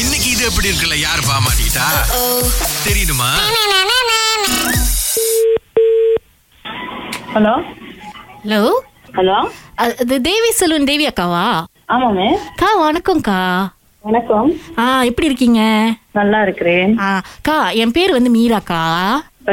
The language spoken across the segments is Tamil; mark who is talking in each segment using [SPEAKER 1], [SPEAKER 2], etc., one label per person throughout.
[SPEAKER 1] இன்னைக்கு இது எப்படி இருக்குல்ல யாரு பாமாட்டா தெரியுமா
[SPEAKER 2] ஹலோ
[SPEAKER 3] ஹலோ
[SPEAKER 2] ஹலோ
[SPEAKER 3] அ- இது தேவி சலூன் தேவி அக்காவா
[SPEAKER 2] ஆமாமே
[SPEAKER 3] அக்கா வணக்கம்க்கா
[SPEAKER 2] வணக்கம்
[SPEAKER 3] ஆ எப்படி இருக்கீங்க
[SPEAKER 2] நல்லா இருக்கிறேன்
[SPEAKER 3] ஆ அக்கா என் பேர் வந்து மீராக்கா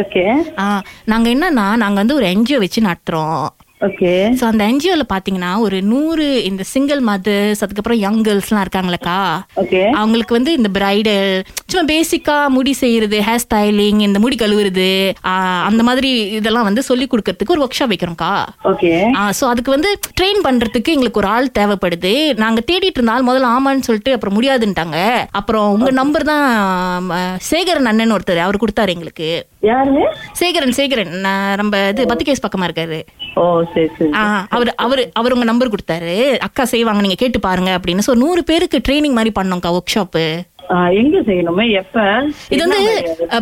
[SPEAKER 2] ஓகே
[SPEAKER 3] ஆ நாங்க என்னன்னா நாங்க வந்து ஒரு என்ஜிஓ வச்சு நடத்துறோம்
[SPEAKER 2] ஓகே
[SPEAKER 3] ஸோ அந்த என்ஜிஓல பாத்தீங்கன்னா ஒரு நூறு இந்த சிங்கிள் மதர்ஸ் அதுக்கப்புறம் யங் கேர்ள்ஸ்லாம் இருக்காங்களேக்கா
[SPEAKER 2] ஓகே
[SPEAKER 3] அவங்களுக்கு வந்து இந்த பிரைடல் சும்மா பேசிக்கா முடி செய்யறது ஹேர் ஸ்டைலிங் இந்த முடி கழுவுறது ஆ, அந்த மாதிரி இதெல்லாம் வந்து சொல்லி கொடுக்கறதுக்கு ஒரு ஒர்க் ஷாப் வைக்கிறோம்க்கா
[SPEAKER 2] ஓகே
[SPEAKER 3] ஸோ அதுக்கு வந்து ட்ரெயின் பண்றதுக்கு எங்களுக்கு ஒரு ஆள் தேவைப்படுது நாங்க தேடிட்டு இருந்தாலும் முதல்ல ஆமான்னு சொல்லிட்டு அப்புறம் முடியாதுன்ட்டாங்க அப்புறம் உங்க நம்பர் தான் ம, சேகரன் அண்ணன் ஒருத்தர் அவர் கொடுத்தாரு எங்களுக்கு
[SPEAKER 2] யாருமே
[SPEAKER 3] சேகரன் சேகரன் நான் நம்ம இது பத்து கேஸ் பக்கமா இருக்காரு
[SPEAKER 2] ஓ சரி சரி
[SPEAKER 3] ஆ, அவர் அவர் அவர் உங்க நம்பர் கொடுத்தாரு அக்கா செய்வாங்க நீங்க கேட்டு பாருங்க அப்படின்னு ஸோ நூறு பேருக்கு ட்ரைனிங் மாதிரி பண்ணோம்க்கா ஒர்க் ஷாப்பு
[SPEAKER 2] ஆ, எங்க செய்யணுமே எப்ப
[SPEAKER 3] இது வந்து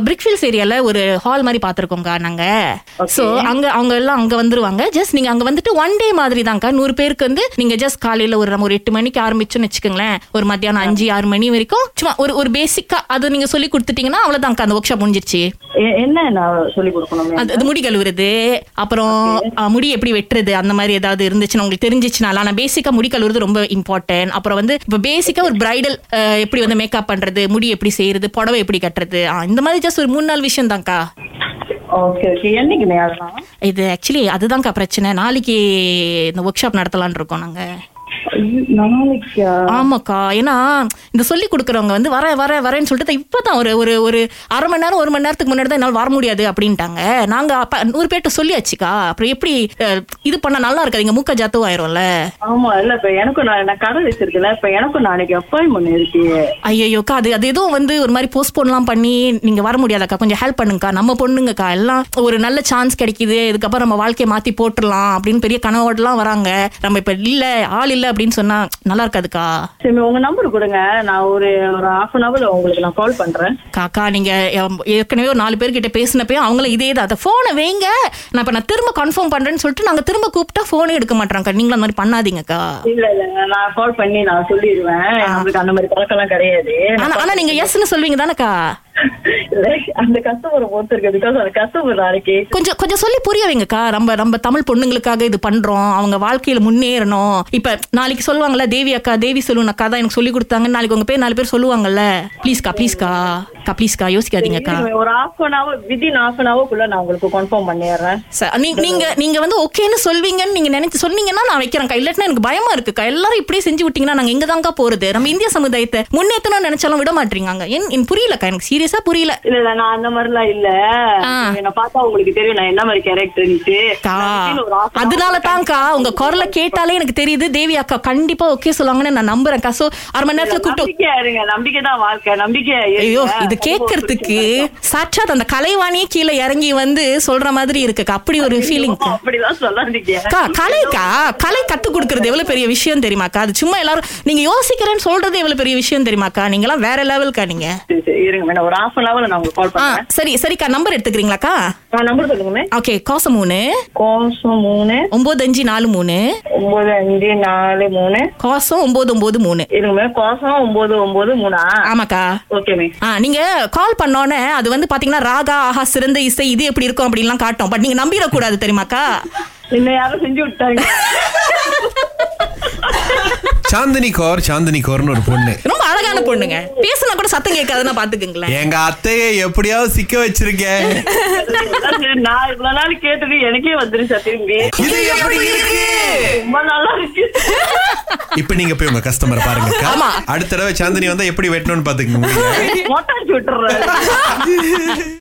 [SPEAKER 3] பிரிக்ஃபீல்ஸ் ஏரியால ஒரு ஹால் மாதிரி பாத்திருக்கோம்க்கா நாங்க சோ அங்க அவங்க எல்லாம் அங்க வந்துருவாங்க ஜஸ்ட் நீங்க அங்க வந்துட்டு ஒன் டே மாதிரி தான்க்கா நூறு பேருக்கு வந்து நீங்க ஜஸ்ட் காலையில ஒரு நம்ம ஒரு எட்டு மணிக்கு ஆரம்பிச்சோம்னு வச்சுக்கோங்களேன் ஒரு மத்தியானம் அஞ்சு ஆறு மணி வரைக்கும் சும்மா ஒரு ஒரு பேசிக்கா அது நீங்க சொல்லி கொடுத்துட்டீங்கன்னா அவ்வளவுதான்க்கா அந்த ஒர்க் ஷாப் முடிஞ்சிருச்சு
[SPEAKER 2] எ- என்ன நான் சொல்லி கொடுக்கணுமே
[SPEAKER 3] அது அது முடி கழுவுறது அப்புறம் ஆ, முடி எப்படி வெட்டுறது அந்த மாதிரி ஏதாவது இருந்துச்சுன்னா உங்களுக்கு தெரிஞ்சிச்சுனால நான் பேசிக்கா முடி கழுவுறது ரொம்ப இம்பார்ட்டன்ட் அப்புறம் வந்து இப்போ பேசிக்கா ஒரு பிரைடல் எப்படி வந்து மேக்கப் பண்றது முடி எப்படி செய்யறது புடவை எப்படி கட்டுறது ஆ, இந்த மாதிரி ஜஸ்ட் ஒரு மூணு நாள் விஷயம் தான்க்கா
[SPEAKER 2] ஓகே ஓகே என்னைக்குமே அதெல்லாம்
[SPEAKER 3] இது ஆக்சுவலி அதுதான்க்கா பிரச்சனை நாளைக்கு இந்த ஒர்க் ஷாப் நடத்தலாம்னு இருக்கோம் நாங்க
[SPEAKER 2] ஐயோ, நாளைக்கா
[SPEAKER 3] ஆமாக்கா ஏன்னா இந்த சொல்லி கொடுக்குறவங்க வந்து வர வர வரேன்னு சொல்லிட்டு இப்பதான் ஒரு ஒரு ஒரு அரை மணி நேரம் ஒரு மணி நேரத்துக்கு முன்னாடி தான் என்னால் வர முடியாது அப்படின்ட்டாங்க நாங்க அப்ப நூறு பேர்ட்ட சொல்லியாச்சுக்கா அப்புறம் எப்படி அஹ், இது பண்ண நல்லா இருக்காதுங்க மூக்க ஜாத்துவும் ஆயிரும்ல
[SPEAKER 2] ஆமா இல்ல இப்ப எனக்கும் நான் நான் கடை வச்சிருக்கல இப்ப எனக்கும் நாளைக்கு அப்பாயின்மெண்ட் இருக்கு
[SPEAKER 3] ஐயோக்கா அது அது எதுவும் வந்து ஒரு மாதிரி போஸ்ட்போன்லாம் பண்ணி நீங்க வர முடியாதக்கா கொஞ்சம் ஹெல்ப் பண்ணுங்கக்கா நம்ம பொண்ணுங்கக்கா எல்லாம் ஒரு நல்ல சான்ஸ் கிடைக்குது இதுக்கப்புறம் நம்ம வாழ்க்கையை மாத்தி போட்டுடலாம் அப்படின்னு பெரிய கனவோடலாம் வராங்க நம்ம இப்ப இல்ல ஆள் இல்ல அப்படின்னு சொன்னா நல்லா இருக்காதுக்கா
[SPEAKER 2] சரி உங்க நம்பர் கொடுங்க நான் ஒரு ஒரு ஹாஃப் அன் ஹவர்ல உங்களுக்கு நான் கால் பண்றேன்
[SPEAKER 3] காக்கா நீங்க எம், ஏற்கனவே ஒரு நாலு பேர்கிட்ட பேசினப்பே அவங்களும் இதே தான் அதை ஃபோனை வைங்க நான் இப்போ நான் திரும்ப கன்ஃபார்ம் பண்றேன்னு சொல்லிட்டு நாங்க திரும்ப கூப்பிட்டா ஃபோனே எடுக்க மாட்டோம்க்கா நீங்களும் அந்த மாதிரி பண்ணாதீங்கக்கா
[SPEAKER 2] இல்ல இல்ல நான் கால் பண்ணி நான் சொல்லிடுவேன் நம்மளுக்கு அந்த மாதிரி பழக்கம் எல்லாம் கிடையாது
[SPEAKER 3] ஆனா ஆனா நீங்க எஸ்ன்னு சொல்வீங்க தானக்கா
[SPEAKER 2] இல்ல, அந்த கஸ்டமரை பொறுத்து இருக்கு பிகாஸ் அந்த கஸ்டமர் நாளைக்கு
[SPEAKER 3] கொஞ்சம் கொஞ்சம் சொல்லி புரிய வைங்கக்கா நம்ம நம்ம தமிழ் பொண்ணுங்களுக்காக இது பண்றோம் அவங்க வாழ்க்கையில முன்னேறணும் இப்ப நாளைக்கு சொல்லுவாங்கல்ல தேவி அக்கா தேவி சொல்லுன் அக்கா தான் எனக்கு சொல்லி கொடுத்தாங்க நாளைக்கு உங்க பேர் நாலு பேர் சொல்லுவாங்கல்ல ப்ளீஸ்க்கா ப்ளீஸ்க்கா அக்கா ப்ளீஸ்க்கா யோசிக்காதீங்கக்கா
[SPEAKER 2] ஒரு half an hour within half an hour குள்ள நான் உங்களுக்கு கன்ஃபார்ம் பண்ணிடுறேன்
[SPEAKER 3] ச- நீ- நீங்க நீங்க வந்து ஓகேன்னு சொல்வீங்கன்னு நீங்க நினைச்சு சொன்னீங்கன்னா நான் வைக்கிறேன்க்கா இல்லாட்டினா எனக்கு பயமா இருக்குக்கா எல்லாரும் இப்படியே செஞ்சு விட்டீங்கன்னா நாங்க எங்க தாங்க போறது நம்ம இந்திய சமுதாயத்தை முன்னேற்றணும்னு நினைச்சாலும் விட மாட்டீங்க என் என் புரியலக்கா எனக்கு சீரியஸா புரியல
[SPEAKER 2] இல்ல இல்ல நான் அந்த மாதிரி எல்லாம் இல்ல
[SPEAKER 3] ஆ.
[SPEAKER 2] என்ன பார்த்தா உங்களுக்கு தெரியும் நான் என்ன மாதிரி கேரக்டர்னுட்டு
[SPEAKER 3] அக்கா அதனால தான்க்கா உங்க குரலை கேட்டாலே எனக்கு தெரியுது தேவி அக்கா கண்டிப்பா ஓகே சொல்லுவாங்கன்னு நான் நம்புறேன்க்கா சோ அரை மணி நேரத்துல கூப்பிட்டு
[SPEAKER 2] நம்பிக்கையா இருங்க நம்பிக்கை தான் வாழ்க்கை நம்பிக்கையா இருங்க.
[SPEAKER 3] ஐயோ இது கேட்கறதுக்கு சாட்சாத் அந்த கலைவாணியே கீழே இறங்கி வந்து சொல்ற மாதிரி இருக்குக்கா அப்படி ஒரு ஃபீலிங்
[SPEAKER 2] அப்படிலாம் சொல்லாதீங்க
[SPEAKER 3] அக்கா கலைக்கா கலை கத்து கொடுக்கறது எவ்வளவு பெரிய விஷயம் தெரியுமாக்கா அது சும்மா எல்லாரும் நீங்க யோசிக்கிறேன்னு சொல்றது எவ்வளவு பெரிய விஷயம் தெரியுமாக்கா நீங்க எல்லாம் வேற லெவல்க்கா நீங்க
[SPEAKER 2] சரி, சரி, இருங்க மேடம் ஒரு ஹாஃப் அன் ஹவர்ல நான் உங்களுக்கு கால்
[SPEAKER 3] ஆ
[SPEAKER 2] பண்றேன்
[SPEAKER 3] சரி சரிக்கா நம்பர் எடுத்துக்கிறீங்களாக்கா
[SPEAKER 2] நான் நம்பர் சொல்லுங்க மேம்
[SPEAKER 3] ஓகே கோசம் மூணு
[SPEAKER 2] கோசம் மூணு
[SPEAKER 3] ஒன்பது அஞ்சு நாலு மூணு
[SPEAKER 2] ஒன்பது அஞ்சு நாலு மூணு
[SPEAKER 3] கோசம் ஒன்பது ஒன்பது மூணு
[SPEAKER 2] இருங்க மேம் கோசம் ஒன்பது ஒன்பது மூணா
[SPEAKER 3] ஆமாக்கா
[SPEAKER 2] ஓகே மேம்
[SPEAKER 3] ஆ நீங்க கால் பண்ணோன்னே அது வந்து பாத்தீங்கன்னா ராகா ஆஹா சிறந்த இசை இது எப்படி இருக்கும் அப்படின்லாம் காட்டும் பட் நீங்க நம்பிடக்கூடாது தெரியுமாக்கா
[SPEAKER 2] என்ன யாரும் செஞ்சு விட்டாங்க
[SPEAKER 1] சாந்தினி கௌர் சாந்தினி கௌர்னு ஒரு பொண்ணு
[SPEAKER 3] ரொம்ப அழகான பொண்ணுங்க பேசுனா கூட சத்தம் கேட்காதுன்னா பாத்துக்குங்களேன்
[SPEAKER 1] எங்க அத்தையை எப்படியாவது சிக்க வச்சிருக்கேன்
[SPEAKER 2] நான் இவ்வளவு நாள் கேட்டது எனக்கே வந்துருச்சா திரும்பி
[SPEAKER 1] இது எப்படி இருக்கு
[SPEAKER 2] ரொம்ப நல்லா இருக்கு
[SPEAKER 1] இப்ப நீங்க போய் உங்க கஸ்டமர் பாருங்க
[SPEAKER 3] ஆமா.
[SPEAKER 1] அடுத்த தடவை சாந்தினி வந்தா எப்படி வெட்டணும்னு பாத்துக்கோங்க
[SPEAKER 2] மொட்டை அடிச்சு விட்டுறேன்